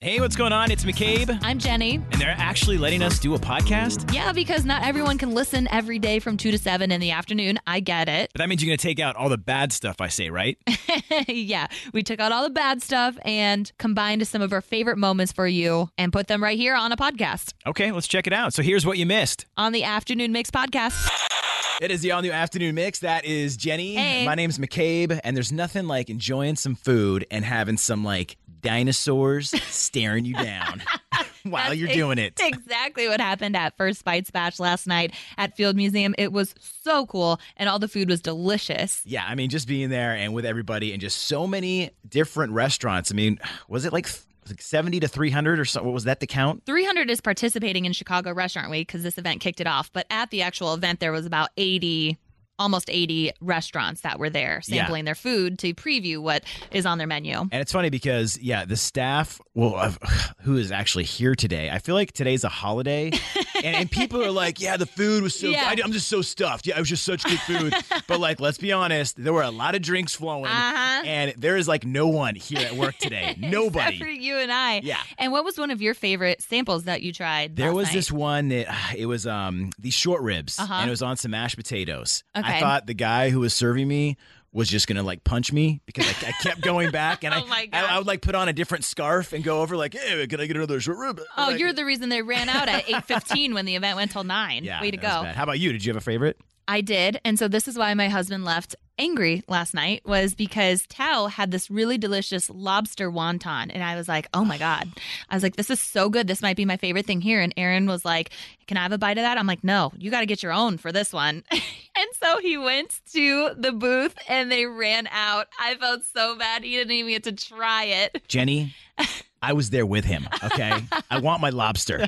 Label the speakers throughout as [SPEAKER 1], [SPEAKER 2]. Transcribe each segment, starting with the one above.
[SPEAKER 1] Hey, what's going on? It's McCabe,
[SPEAKER 2] I'm Jenny.
[SPEAKER 1] and they're actually letting us do a podcast.
[SPEAKER 2] Yeah, because not everyone can listen every day from 2 to 7 in the afternoon. I get it.
[SPEAKER 1] But that means you're going to take out all the bad stuff I say, right?
[SPEAKER 2] yeah, we took out all the bad stuff and combined some of our favorite moments for you and put them right here on a podcast
[SPEAKER 1] okay, let's check it out. So here's what you missed.
[SPEAKER 2] on the Afternoon Mix podcast.
[SPEAKER 1] It is the all new afternoon mix. That is Jenny.
[SPEAKER 2] Hey.
[SPEAKER 1] My name's McCabe, and there's nothing like enjoying some food and having some like dinosaurs staring you down while
[SPEAKER 2] That's
[SPEAKER 1] you're
[SPEAKER 2] ex-
[SPEAKER 1] doing it.
[SPEAKER 2] Exactly what happened at First Bites Batch last night at Field Museum. It was so cool and all the food was delicious.
[SPEAKER 1] Yeah, I mean, just being there and with everybody, and just so many different restaurants. I mean, was it like, th- like 70 to 300 or so? What was that the count?
[SPEAKER 2] 300 is participating in Chicago Restaurant Week because this event kicked it off. But at the actual event, there was about 80, almost 80 restaurants that were there
[SPEAKER 1] Yeah.
[SPEAKER 2] sampling their food to preview what is on their menu.
[SPEAKER 1] And it's funny because yeah, the staff, well, uh, who is actually here today? I feel like today's a holiday, and, and people are like, "Yeah, the food was so.
[SPEAKER 2] Yeah.
[SPEAKER 1] I, am just so stuffed. Yeah, it was just such good food." but like, let's be honest, there were a lot of drinks flowing,
[SPEAKER 2] Uh-huh.
[SPEAKER 1] and there is like no one here at work today. Nobody.
[SPEAKER 2] Except for you and I.
[SPEAKER 1] Yeah.
[SPEAKER 2] And what was one of your favorite samples that you tried?
[SPEAKER 1] There
[SPEAKER 2] last
[SPEAKER 1] was
[SPEAKER 2] night?
[SPEAKER 1] this one that it was um these short ribs
[SPEAKER 2] Uh-huh.
[SPEAKER 1] and it was on some mashed potatoes. I
[SPEAKER 2] Okay.
[SPEAKER 1] thought the guy who was serving me was just gonna like punch me because I, I kept going back and
[SPEAKER 2] Oh
[SPEAKER 1] I,
[SPEAKER 2] my
[SPEAKER 1] I
[SPEAKER 2] gosh.
[SPEAKER 1] I would like put on a different scarf and go over like hey can I get another short rib?
[SPEAKER 2] Oh,
[SPEAKER 1] Like-
[SPEAKER 2] you're the reason they ran out at 8:15 when the event went till 9.
[SPEAKER 1] yeah,
[SPEAKER 2] Way to
[SPEAKER 1] that was
[SPEAKER 2] go.
[SPEAKER 1] bad. How about you? Did you have a favorite?
[SPEAKER 2] I did. And so this is why my husband left angry last night was because Tao had this really delicious lobster wonton and I was like, "Oh my god." I was like, "This is so good. This might be my favorite thing here." And Aaron was like, "Can I have a bite of that?" I'm like, "No, you got to get your own for this one." and so he went to the booth and they ran out. I felt so bad. He didn't even get to try it.
[SPEAKER 1] Jenny, I was there with him. Okay, I want my lobster.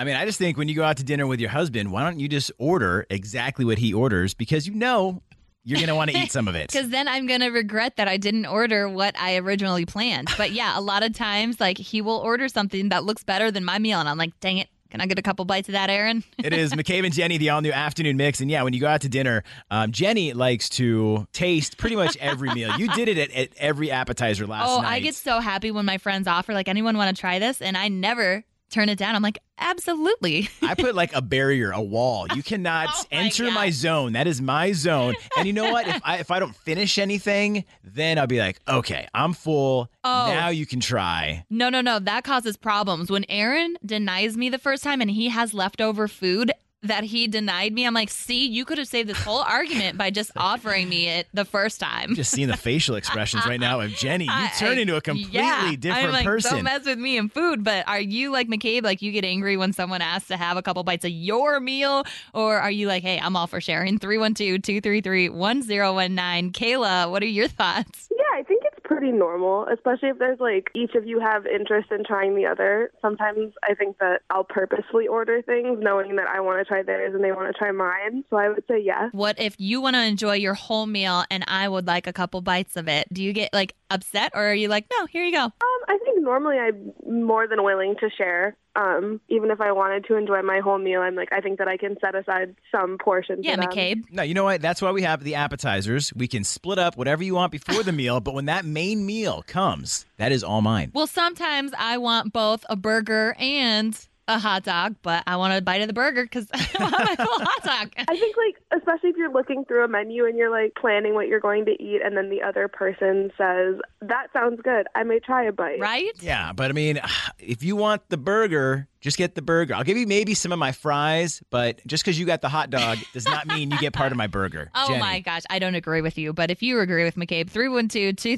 [SPEAKER 1] I mean, I just think when you go out to dinner with your husband, why don't you just order exactly what he orders because you know you're gonna want to eat some of it.
[SPEAKER 2] Because then I'm going to regret that I didn't order what I originally planned. But yeah, a lot of times, like, he will order something that looks better than my meal. And I'm like, dang it. Can I get a couple bites of that, Aaron?
[SPEAKER 1] it is McCabe and Jenny, the all new afternoon mix. And yeah, when you go out to dinner, um, Jenny likes to taste pretty much every meal. You did it at, at every appetizer last
[SPEAKER 2] oh,
[SPEAKER 1] night.
[SPEAKER 2] I get so happy when my friends offer, like, anyone want to try this? And I never turn it down. I'm like, absolutely.
[SPEAKER 1] I put like a barrier, a wall. You cannot
[SPEAKER 2] Oh my
[SPEAKER 1] enter
[SPEAKER 2] God.
[SPEAKER 1] my zone. That is my zone. And you know what? If I if I don't finish anything, then I'll be like, okay, I'm full.
[SPEAKER 2] Oh.
[SPEAKER 1] Now you can try.
[SPEAKER 2] No, no, no. That causes problems. When Aaron denies me the first time and he has leftover food that he denied me, I'm like, see, you could have saved this whole argument by just offering me it the first time.
[SPEAKER 1] I'm just seeing the facial expressions right now of Jenny. You
[SPEAKER 2] I-
[SPEAKER 1] turn
[SPEAKER 2] I-
[SPEAKER 1] into a completely
[SPEAKER 2] yeah.
[SPEAKER 1] different
[SPEAKER 2] I'm like, Don't
[SPEAKER 1] person.
[SPEAKER 2] mess with me and food. But are you like McCabe? Like you get angry when someone asks to have a couple bites of your meal, or are you like, hey, I'm all for sharing? 312-233-1019. Kayla, what are your thoughts?
[SPEAKER 3] Yeah, I think it's pretty normal, especially if there's like each of you have interest in trying the other. Sometimes I think that I'll purposefully order things knowing that I want to try theirs and they want to try mine. So I would say yes.
[SPEAKER 2] What if you want to enjoy your whole meal and I would like a couple bites of it? Do you get like upset or are you like, no, here you go?
[SPEAKER 3] Um, I think normally I'm more than willing to share. Um, even if I wanted to enjoy my whole meal, I'm like, I think that I can set aside some portion.
[SPEAKER 2] Yeah,
[SPEAKER 3] for them.
[SPEAKER 2] McCabe.
[SPEAKER 1] No, you know what? That's why we have the appetizers. We can split up whatever you want before the meal, but when that main meal comes, that is all mine.
[SPEAKER 2] Well, sometimes I want both a burger and a hot dog, but I want a bite of the burger because I want my full hot dog.
[SPEAKER 3] I think like especially if you're looking through a menu and you're like planning what you're going to eat and then the other person says, That sounds good. I may try a bite.
[SPEAKER 2] Right?
[SPEAKER 1] Yeah, but I mean, if you want the burger, just get the burger. I'll give you maybe some of my fries, but just because you got the hot dog does not mean you get part of my burger.
[SPEAKER 2] Oh
[SPEAKER 1] Jenny.
[SPEAKER 2] my gosh, I don't agree with you, but if you agree with McCabe,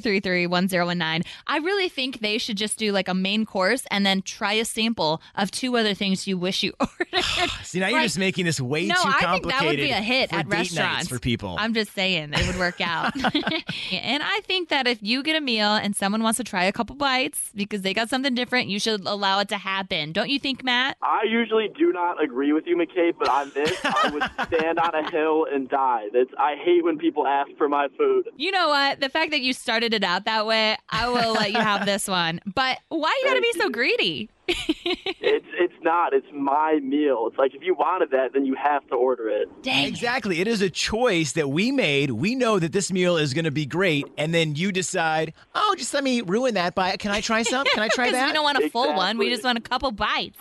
[SPEAKER 2] 312-233-1019. I really think they should just do like a main course and then try a sample of two other things you wish you ordered.
[SPEAKER 1] See, now you're
[SPEAKER 2] Right.
[SPEAKER 1] just making this way
[SPEAKER 2] No,
[SPEAKER 1] too
[SPEAKER 2] I
[SPEAKER 1] complicated
[SPEAKER 2] think that would be a hit
[SPEAKER 1] for
[SPEAKER 2] at
[SPEAKER 1] date nights
[SPEAKER 2] restaurants.
[SPEAKER 1] for people.
[SPEAKER 2] I'm just saying it would work out. and I think that if you get a meal and someone wants to try a couple bites because they got something different, you should allow it to happen. Don't you think, Matt?
[SPEAKER 4] I usually do not agree with you, McCabe, but on this, I would stand on a hill and die. That's, I hate when people ask for my food.
[SPEAKER 2] You know what? The fact that you started it out that way, I will let you have this one. But why you got to be so greedy?
[SPEAKER 4] It's it's not. It's my meal. It's like if you wanted that, then you have to order it.
[SPEAKER 2] Dang.
[SPEAKER 1] Exactly. It is a choice that we made. We know that this meal is going to be great. And then you decide, oh, just let me ruin that by, can I try some? Can I try
[SPEAKER 2] Because
[SPEAKER 1] that?
[SPEAKER 2] we don't want a full one. We
[SPEAKER 4] Exactly.
[SPEAKER 2] just want a couple bites.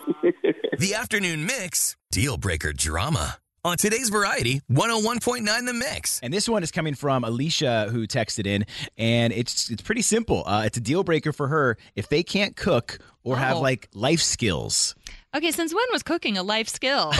[SPEAKER 5] The afternoon mix, deal breaker drama. On today's variety, 101.9 The Mix.
[SPEAKER 1] And this one is coming from Alicia, who texted in, and it's it's pretty simple. Uh, it's a deal breaker for her if they can't cook or have
[SPEAKER 2] Oh.
[SPEAKER 1] like life skills.
[SPEAKER 2] Okay, since when was cooking a life skill?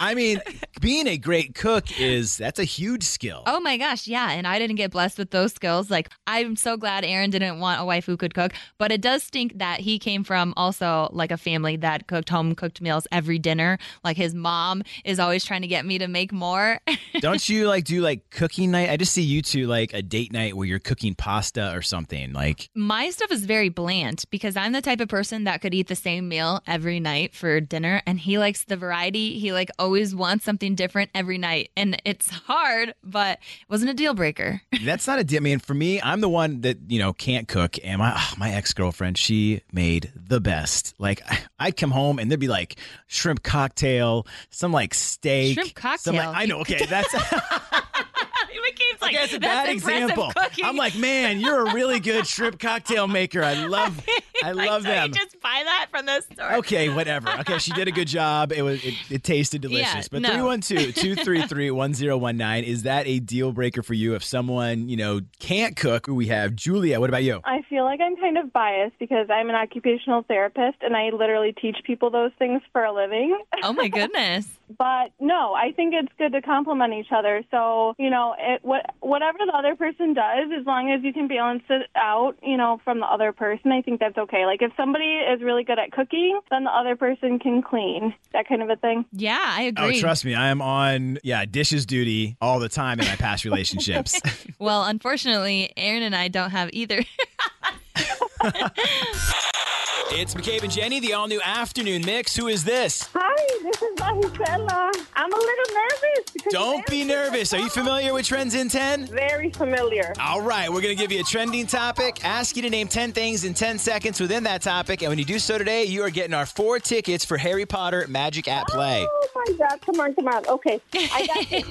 [SPEAKER 1] I mean, being a great cook is that's a huge skill.
[SPEAKER 2] oh my gosh, yeah. And I didn't get blessed with those skills. Like, I'm so glad Aaron didn't want a wife who could cook, but it does stink that he came from also like a family that cooked home cooked meals every dinner. Like, his mom is always trying to get me to make more.
[SPEAKER 1] Don't you like do like cooking night? I just see you two like a date night where you're cooking pasta or something. Like
[SPEAKER 2] my stuff is very bland because I'm the type of person that could eat the same meal every night for dinner and he likes the variety. He like always wants something different every night and it's hard, but it wasn't a deal breaker.
[SPEAKER 1] that's not a deal. I mean, for me, I'm the one that you know can't cook, and my ah, my ex girlfriend she made the best. Like I- I'd come home and there'd be like shrimp cocktail, some like steak,
[SPEAKER 2] Shrimp
[SPEAKER 1] some, like-
[SPEAKER 2] cocktail?
[SPEAKER 1] I know. Okay, that's.
[SPEAKER 2] McCabe's like,
[SPEAKER 1] Okay, that's a bad
[SPEAKER 2] impressive
[SPEAKER 1] example.
[SPEAKER 2] cooking."
[SPEAKER 1] I'm like, man, you're a really good shrimp cocktail maker. I love, I
[SPEAKER 2] Like,
[SPEAKER 1] love
[SPEAKER 2] so you
[SPEAKER 1] them.
[SPEAKER 2] just buy that from the store.
[SPEAKER 1] Okay, whatever. Okay, she did a good job. It was it, it tasted delicious.
[SPEAKER 2] Yeah,
[SPEAKER 1] but
[SPEAKER 2] no.
[SPEAKER 1] 312-233-1019 is that a deal breaker for you if someone, you know, can't cook? We have Julia. What about you?
[SPEAKER 6] I feel like I'm kind of biased because I'm an occupational therapist and I literally teach people those things for a living.
[SPEAKER 2] Oh my goodness.
[SPEAKER 6] But no, I think it's good to complement each other. So, you know, it, what, whatever the other person does, as long as you can balance it out, you know, from the other person, I think that's okay. Like if somebody is really good at cooking, then the other person can clean, that kind of a thing.
[SPEAKER 2] Yeah, I agree.
[SPEAKER 1] Oh, trust me, I am on yeah, dishes duty all the time in my past relationships.
[SPEAKER 2] Well, unfortunately, Aaron and I don't have either.
[SPEAKER 1] it's McCabe and Jenny, the all new afternoon mix. Who is this?
[SPEAKER 6] Hi, this is Mahisela. I'm a little nervous. Because
[SPEAKER 1] Don't be nervous. Are you familiar with Trends in 10?
[SPEAKER 6] Very familiar.
[SPEAKER 1] All right, we're going to give you a trending topic, ask you to name 10 things in 10 seconds within that topic. And when you do so today, you are getting our four tickets for Harry Potter Magic at Play.
[SPEAKER 6] Oh my God! Come on, come on. Okay, I got this.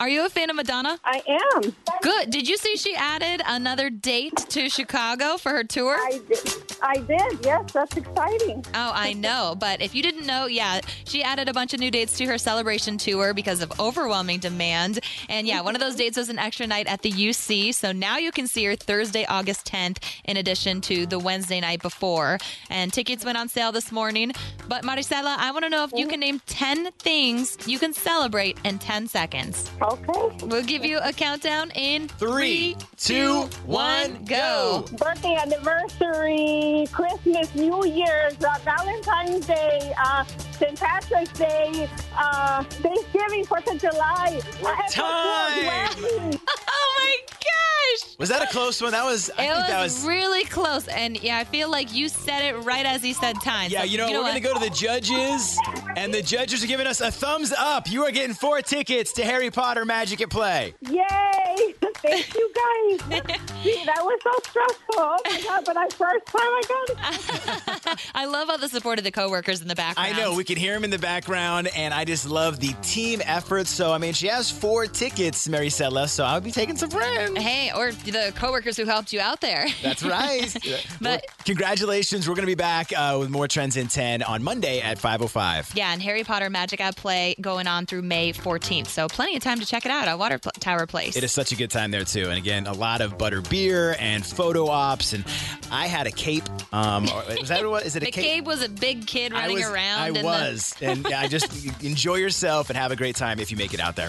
[SPEAKER 2] Are you a fan of Madonna?
[SPEAKER 6] I am.
[SPEAKER 2] Good. Did you see she added another date to Chicago for her tour?
[SPEAKER 6] I did. I did. Yes, that's exciting.
[SPEAKER 2] Oh, I know. But if you didn't know, yeah, she added a bunch of new dates to her celebration tour because of overwhelming demand. And yeah, one of those dates was an extra night at the UC. So now you can see her Thursday, August 10th, in addition to the Wednesday night before. And tickets went on sale this morning. But Maricela, I want to know if you can name 10 things you can celebrate in 10 seconds.
[SPEAKER 6] Okay.
[SPEAKER 2] We'll give you a countdown in
[SPEAKER 1] Three,
[SPEAKER 2] three,
[SPEAKER 1] two,
[SPEAKER 2] two,
[SPEAKER 1] one,
[SPEAKER 2] one,
[SPEAKER 1] go.
[SPEAKER 2] go.
[SPEAKER 6] Birthday anniversary, Christmas, New Year's, uh, Valentine's Day, uh, St. Patrick's Day, uh, Thanksgiving, Fourth of July. uh,
[SPEAKER 1] time?
[SPEAKER 6] Wow.
[SPEAKER 2] Oh my gosh!
[SPEAKER 1] Was that a close one? That was, I
[SPEAKER 2] It
[SPEAKER 1] think
[SPEAKER 2] was,
[SPEAKER 1] that was.
[SPEAKER 2] really close, and yeah, I feel like you said it right as he said time.
[SPEAKER 1] Yeah,
[SPEAKER 2] So,
[SPEAKER 1] you know, we're going to go
[SPEAKER 2] what?
[SPEAKER 1] to the judges, and the judges are giving us a thumbs up. You are getting four tickets to Harry Potter Magic at Play.
[SPEAKER 6] Yay! Thank you guys. Gee, that was so stressful. Oh my God! But I first time I got it.
[SPEAKER 2] I love all the support of the coworkers in the
[SPEAKER 1] I
[SPEAKER 2] background.
[SPEAKER 1] know, we can hear him in the background, and I just love the team effort. So, I mean, she has four tickets, Maricela, so I'll be taking some friends.
[SPEAKER 2] Hey, or the coworkers who helped you out there.
[SPEAKER 1] That's right. Well, congratulations. We're going to be back uh, with more Trends in 10 on Monday at 5.05.
[SPEAKER 2] yeah, and Harry Potter Magic at Play going on through May 14th, so plenty of time to check it out at Water Pl- Tower Place.
[SPEAKER 1] It is such a good time there, too. And again, a lot of butter beer and photo ops. And I had a cape. Um, or- was that what it was? Is it a cape?
[SPEAKER 2] McCabe was a big kid
[SPEAKER 1] I
[SPEAKER 2] running
[SPEAKER 1] was,
[SPEAKER 2] around.
[SPEAKER 1] I
[SPEAKER 2] in the-
[SPEAKER 1] was. and I just enjoy yourself and have a great time if you make it out there.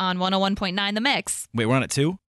[SPEAKER 2] on 101.9 The Mix.
[SPEAKER 7] Wait, we're on it too?